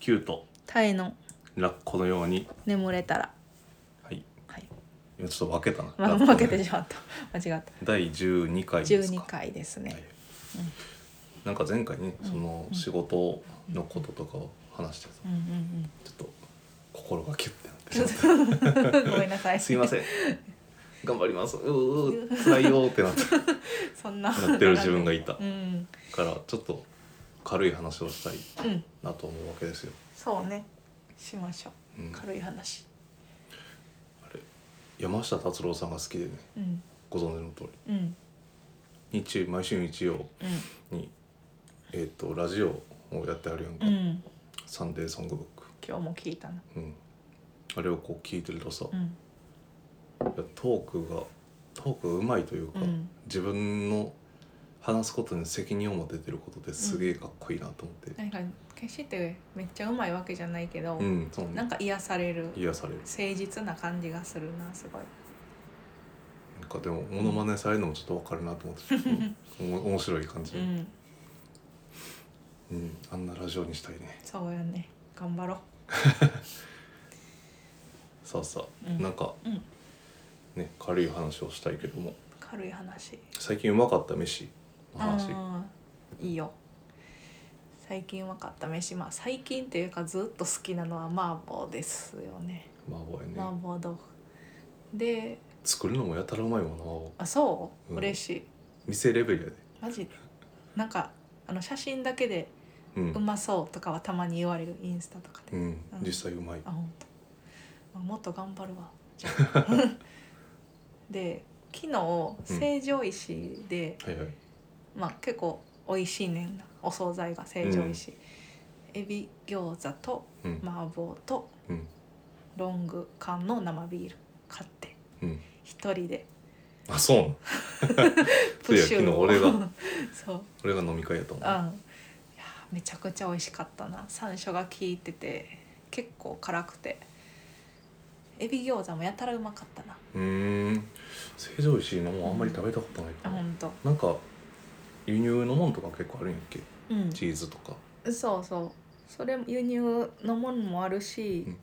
キュートタイのラッコのように眠れたらはいはい、いやちょっと分けたな、まラあ、ッコ負けてしまった間違った第12回ですか12回ですね、はいなんか前回ねその仕事のこととかを話してたうんうんちょっと心がキュッてなってしまっうんごめんなさいたすいまんせん頑張りますうーうー辛いよーってなって そんななってる自分がいたうんからちょっと軽い話をしたいうんなと思うわけですよ、そうねしましょう、うんあ軽い話れ山下達郎さんが好きでねうんご存知の通りうん日毎週日曜うに、えー、とラジオをやってあるやんか、んうんサンデーソングブッ今日も聞いたなク、うん、あれをこう聞いてるとさ、ういんやトークがトークがうまいというか、うん自分の話すことに責任を持ててることですげえかっこいいなと思って、なんか決してめっちゃうまいわけじゃないけど、うんそうねなんか癒される癒される誠実な感じがするなすごいなんかでもモノマネされるのもちょっとわかるなと思って、うんおも面白い感じ、ううんんあんなラジオにしたいねそうやね頑張ろさあさあ、うんなんかううんね軽い話をしたいけども軽い話最近うまかった飯の話あーいいよ最近分かった飯まあ最近っていうかずっと好きなのは麻婆ですよね麻婆やね、麻婆豆腐で作るのもやたらうまいもんな麻婆あそう、うん嬉しい店レベルやでマジでなんかあの写真だけでう、うんまそうとかはたまに言われるインスタとかで、うんうん実際うまいあ本当。まあもっと頑張るわじゃ あで昨日成城石井で、はいはいまあ結構美味しいねんなお惣菜が成城石井、エビ餃子とうん、麻婆とうんロング缶の生ビール買ってうん一人であそうなんそうや昨日俺が そう俺が飲み会やと思うんいやめちゃくちゃ美味しかったな山椒が効いてて結構辛くてエビ餃子もやたらうまかったなううーん成城石井のもあんまり食べたことないかあほら、んとなんか輸入のもんとか結構あるんやっけうんチーズとかそうそうそれも輸入のものもあるし、うん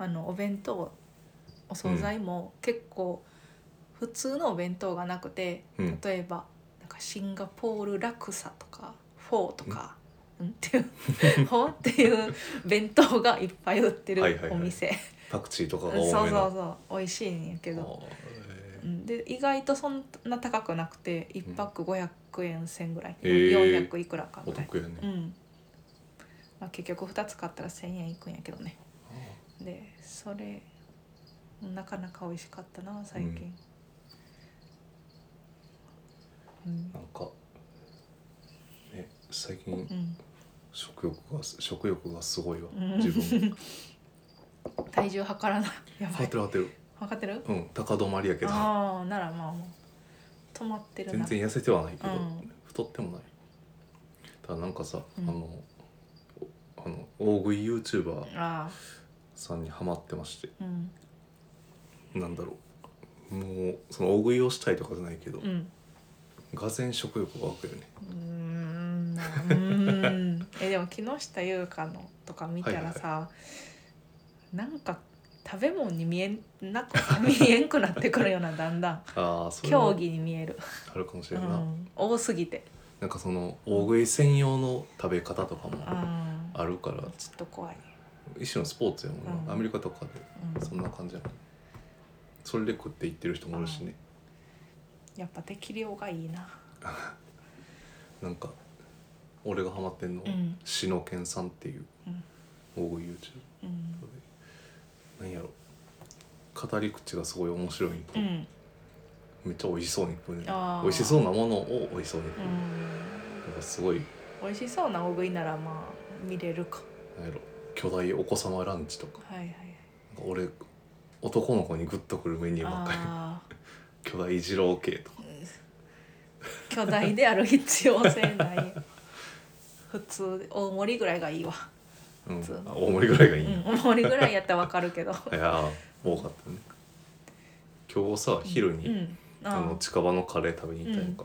あのお弁当お惣菜も結構普通のお弁当がなくて、うん例えばなんかシンガポールラクサとかフォーとか、うん、っていう フォーっていう弁当がいっぱい売ってるはいはいはいお店、パクチーとかが多そうそうめのそう美味しいんやけど、あーえうんで意外とそんな高くなくて1泊500円1000ぐらい、へー400いくらーかおぐらい。得やね、うんまあ、結局2つ買ったら1,000円いくんやけどねあーでそれなかなか美味しかったな最近、うんなんか、ね、最近うん食欲が食欲がすごいわうん自 分体重 測らないやば当いてる当てる分かってるうん高止まりやけどああならまあもう止まってる全な然痩せてはないけど、うん太ってもないただなんかさ、うんあのおあの大食い YouTuber ああさんにハマってましてうんなんだろうもうその大食いをしたいとかじゃないけど、うんがぜん食欲が湧くよねうーんうーんえでも木下優香のとか見たらさ、なんか食べ物に見えなく見えんくなってくるようなだんだんあ あそれ競は技に見える、あるかもしうれんない、ん、多すぎてなんかその大食い専用の食べ方とかもうんあるからちょっと怖い、一種のスポーツやもんな、うんアメリカとかうでん、そんな感じやもんそれで食っていってる人もいるしね、やっぱ適量がいいななんか俺がハマってんの、うんしのけんさんっていううん大食い YouTube うん、でなんやろ語り口がすごい面白い、うんうんめっちゃ美味しそうに食うねあー美味しそうなものを美味しそうに食う、なんかすごい美味しそうな大食いならまあ見れるかなんやろ巨大お子様ランチとかはいはいなんか俺男の子にグッとくるメニューばっかりああ巨大二郎系とか巨大である必要性ない普通大盛りぐらいがいいわ、うん普通あ大盛りぐらいがういいんな、、大盛りぐらいやったらわかるけどいやー多かったね今日さ昼に、うんあああの近場のカレー食べに行ったやんか、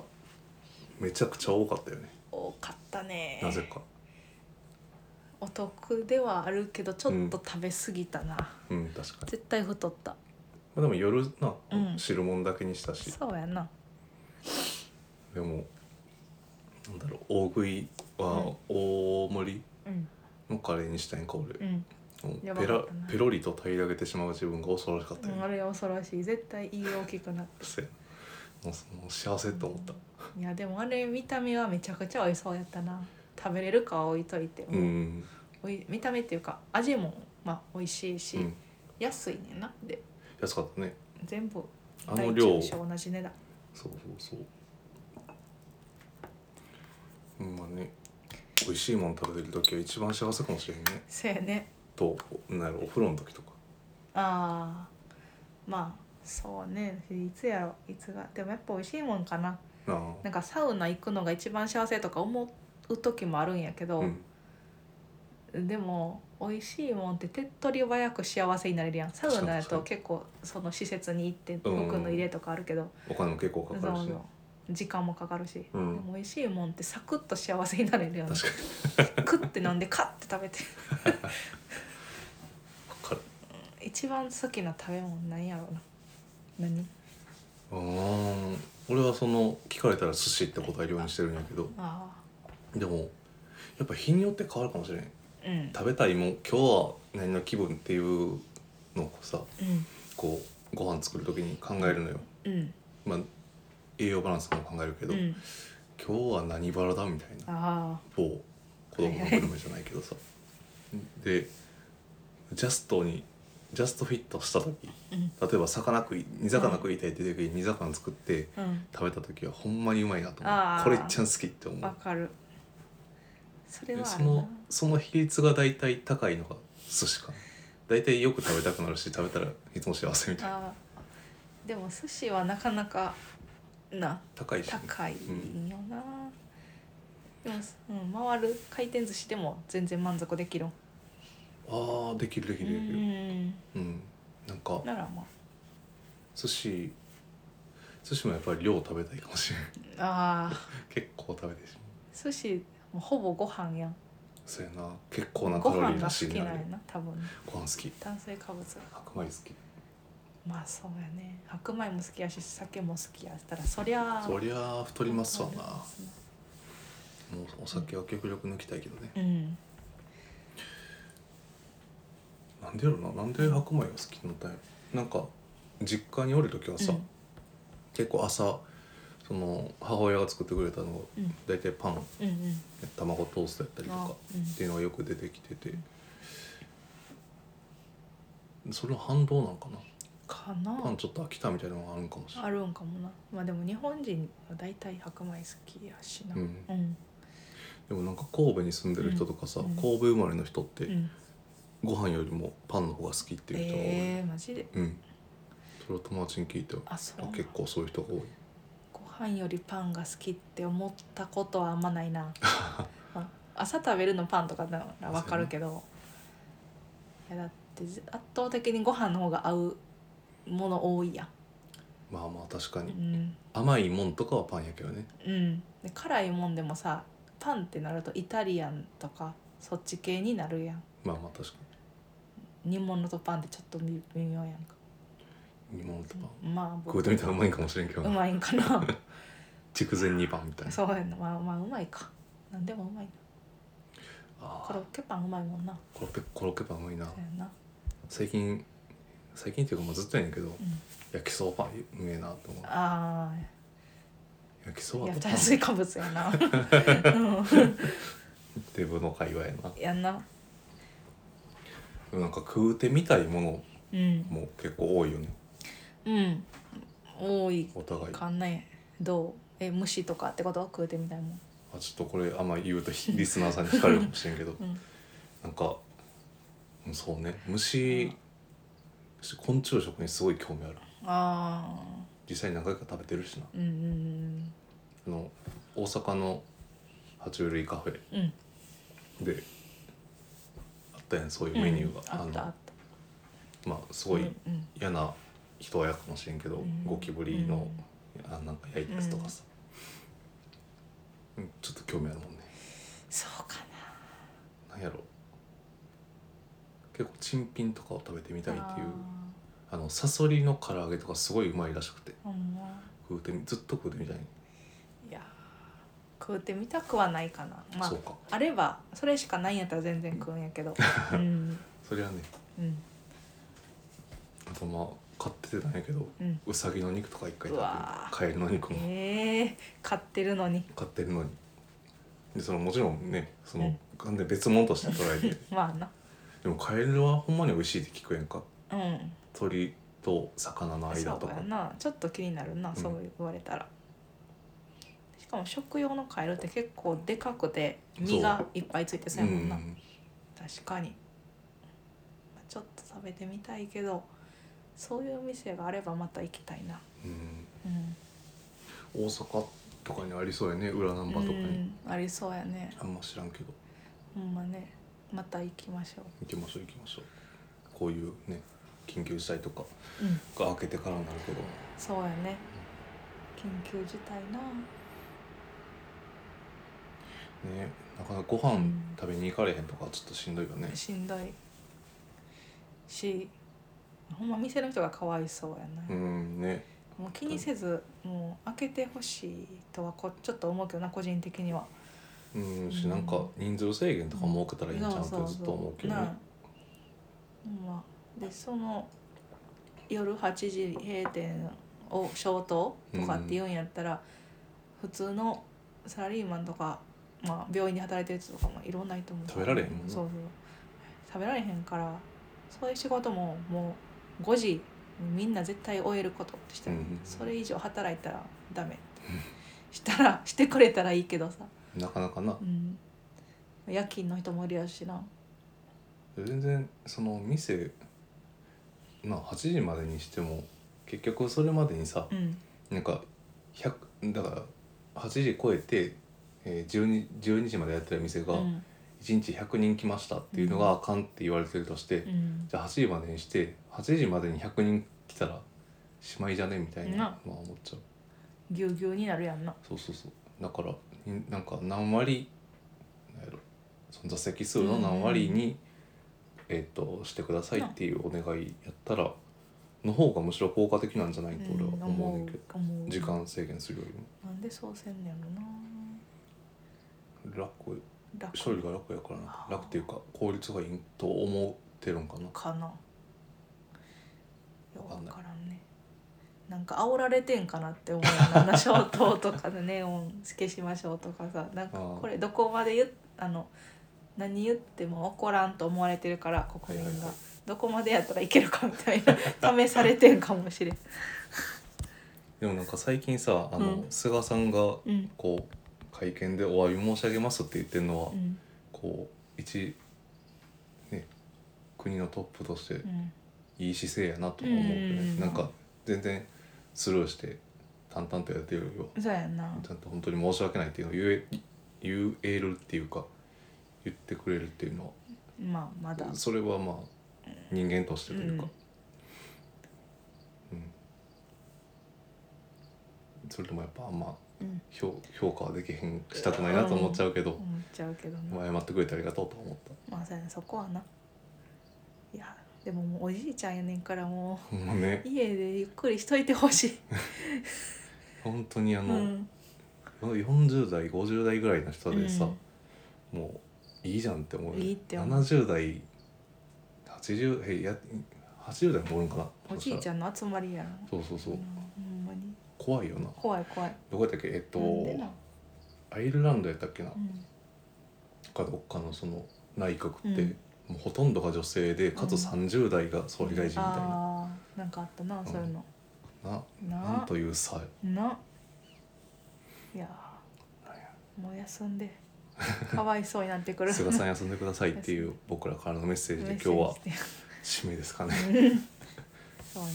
めちゃくちゃ多かったよね多かったねなぜかお得ではあるけどちょっと食べ過ぎたな、うん確かに、絶対太ったまあ、でも夜な、うん汁物だけにしたしそうやなでもなんだろう大食いは大盛りうんのカレーにしたいんか俺、うんもうやばペかラったなペロリと平らげてしまう自分が恐ろしかったよ、あれ恐ろしい絶対胃大きくなっそうやもうその幸せと思ったいやでもあれ見た目はめちゃくちゃ美味しそうやったな食べれるかは置いといて、うん、おい見た目っていうか味もまあ美味しいし、うん安いねんなで安かったね全部あの量中そう小同じ値段そうそううんまあね美味しいもの食べてる時は一番幸せかもしれんねせやねとなんやろお風呂の時とかあーまあそうねいつやろいつがでもやっぱ美味しいもんかなあなんかサウナ行くのが一番幸せとか思う時もあるんやけあど、うんでも美味しいもんって手っ取り早く幸せになれるやんサウナや確かとに結構その施設に行ってうん僕の入れとかあるけど、お金も結構かそかうるし、そねう、時間もかかるし、うんでも美味しいもんってサクッと幸せになれるよね確かに クッて飲んでカッて食べてかかる一番好きな食べ物なんやろうな何うーん俺はその聞かれたら寿司って答えるようにしてるんやけどあでもやっぱ日によって変わるかもしれんあうん食べたいもん今日は何の気分っていうのをさうんこうご飯作る時に考えるのようんまあ栄養バランスも考えるけど、うん今日は何バラだみたいなあ某子供のグルメじゃないけどさでジャストにジャストフィットした時あうん例えば魚食い煮魚食いたいって時に煮魚作ってうん食べた時はほんまにうまいなとあ思うこれーいっちゃん好きって思わうかるそれではあそるなのその比率が大体高いのが寿司かな大体よく食べたくなるし食べたらいつも幸せみたいなあーでも寿司はなかなかな高いしね、高いんよな、でも、うん、回る回転寿司でも全然満足できるああできるできうるできるんうんなんかならま寿司寿司もやっぱり量食べたいかもしれないあああ 結構食べてしまう寿司もうほぼご飯やんそうやな結構なカごロ飯リーがら好しいきななんやな多分ご飯好き炭水化物が白米好きまあそうやね白米も好きやし酒も好きやったらそりゃそりゃあ太りますわな太りますねもうお酒は極力抜きたいけどねうんなんでやろななんで白米が好きになったんやろなんか実家におる時はさ、うん結構朝その母親が作ってくれたのがうん大体パンうんうん卵トーストやったりとあかうんっていうのがよく出てきててそれの反動なんかなパかなンちょっと飽きたみたいなのがあるんかもしれないあるんかもなまあでも日本人は大体白米好きやしなううんんでもなんか神戸に住んでる人とかさ、うん神戸生まれの人っうてんご飯よりもパンの方が好きっていう人が多い、ええマジでうんそれを友達に聞いてあそうあ結構そういう人が多いご飯よりパンが好きって思ったことはあんまない なあ朝食べるのパンとかならわかるけどいやだってず圧倒的にご飯の方が合うもの多いやんまあまあ確かうにん、甘いもんとかはパンやけどねうん、で辛いもんでもさパンってなるとイタリアンとかそっち系になるやんまあまあ確か煮物とパンってちょっと微微妙やんかに煮物とパンまあ食僕うてみたらうまいんかもしれんけどうなまいんかな筑前煮パンみたいなそうやな まあまあうまいかなんでもうまいなあコロッケパンうまいもんなーコロッケコロッケパンうまいなそうやな最近最近っていうかもうずっとやねんけど、ん焼きそばパンうめえなと思うああ焼きそばいやとパン炭水化物や なうんデブの会話やなやんなでもなんか食うてみたいものうんも結構多いよねうん多いお互いかんないどうえ虫とかってこと食うてみたいもんあちょっとこれあんま言うとひリスナーさんに惹かれるかもしれんけどうんなんかうんそうね虫昆虫食にすごい興味あるあ実際に何回か食べてるしなーうんうんあの大阪の爬虫類カフェうんうんであったやんそういうメニューが、うんあったあのったまあすごいうんうん嫌な人は嫌かもしれんけど、うんゴキブリの、あなんか焼いたやつとかさ、うんちょっと興味あるもんねそうかななんやろ結構珍品とかを食べてみたいっていうああのサソリの唐揚げとかすごいうまいらしくてーほんま食うてみずっと食うてみたい、いやー食うてみたくはないかなまあそうかあればそれしかないんやったら全然食うんや けどうんそれはねうんあとまあ買っててないけどうんうさぎの肉とか一回食うわーべてカエルの肉もええ買ってるのに買ってるのにでそのもちろんねそうのん完全に別物として捉えて まあなでもカエルはほんまに美味しいって聞くやんかうん鳥と魚の間そとうかやなちょっと気になるな、んそう言われたらしかも食用のカエルって結構でかくて身がいっぱいついてそうやもんな、ん確かにまあちょっと食べてみたいけどそういう店があればまた行きたいなうんうん、大阪とかにありそうやね裏ナンバーとかうにんありそうやねあんま知らんけどほんまねまた行きましょ行きましょう行きましょうこういうね緊急事態とかううんが明けてからになるけどそうやね緊急事態なねなかなかご飯食べに行かれへんとかちょっとしんどいよね、しんどいしほんま店の人がかわいそうやな、うんねもう気にせずもう開けてほしいとはこちょっと思うけどな個人的にはうんしなんか人数制限とか設けたらいいんちゃうってずっと思うけどねなあほんまでその夜8時閉店を消灯とかって言うんやったら、普通のサラリーマンとか、まあ、病院で働いてる人とかもいろんないと思う食べられへんもんなそうそう食べられへんからそういう仕事ももう5時みんな絶対終えることってしてる、うんそれ以上働いたらダメってしたらしてくれたらいいけどさ、なかなかなうん、夜勤の人もいるやろしな全然その店まあ8時までにしても結局それまでにさうんなんか100だから8時超えて、えー、12, 12時までやってる店がうん1日100人来ましたっていうのがあかんって言われてるとして、うんじゃあ8時までにして8時までに100人来たらしまいじゃねみたいななまあ思っちゃうぎゅうぎゅうになるやんなそうそうそうだからになんか何割なんやろその座席数の何割に、えっとしてくださいっていうお願いやったらの方がむしろ効果的なんじゃないと俺はうん思うねんけど、思う時間制限するよりもなんでそうせんねやろな楽楽処理が楽やからな楽っていうか効率がいいと思ってるんかなかなよくわかわんないからんねなんか煽られてんかなって思うよ なあの消灯とかでネオン消しましょうとかさなんかあーこれどこまで言っあの何言っても怒らんと思われてるから国民が、はいはいはいどこまでやったらいけるかみた いな試されてんかもしれん、でもなんか最近さあの、うん菅さんがうんこう会見でお詫び申し上げますって言ってるのは、うんこう一ね国のトップとしてうん、いい姿勢やなとは思うけどうんうんねうんなんか全然スルーして淡々とやってるよりはそうやんなちゃんと本当に申し訳ないっていうのを言え言えるっていうか言ってくれるっていうのまあまだはそれはまあ人間としてというか、うんそれともやっぱあんまうん評評価はできへんしたくないなと思っちゃうけど、思っちゃうけどなまあ謝ってくれてありがとうとは思った。まあそうやなそこはないやでももうおじいちゃんやねんからもほんまねう家でゆっくりしといてほしい、本当にあうの、ん、 40代50代ぐらいの人でさ、うんもういいじゃんって思ういいって思う70代80えいや80代もおるんかなおじいちゃんゃんの集まりやなそうそうそううんほんまに怖いよな怖い怖いどこやったっけえっとなんでな、アイルランドやったっけな、うんかどっかのその内閣って、うんもうほとんどが女性でかつうん30代が総理大臣みたいな、あーなんかあったな、そういうのなななんというさないやーもう休んで かわいそうになってくる菅 さん休んでくださいっていう僕らからのメッセージで今日はメッセージして締めですか ねそうね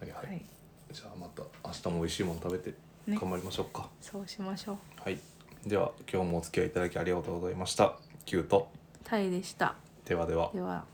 はいはい、はいじゃあまた明日も美味しいもの食べてね頑張りましょうか、そうしましょうはいでは今日もお付き合いいただきありがとうございましたキュートタイでしたではではでは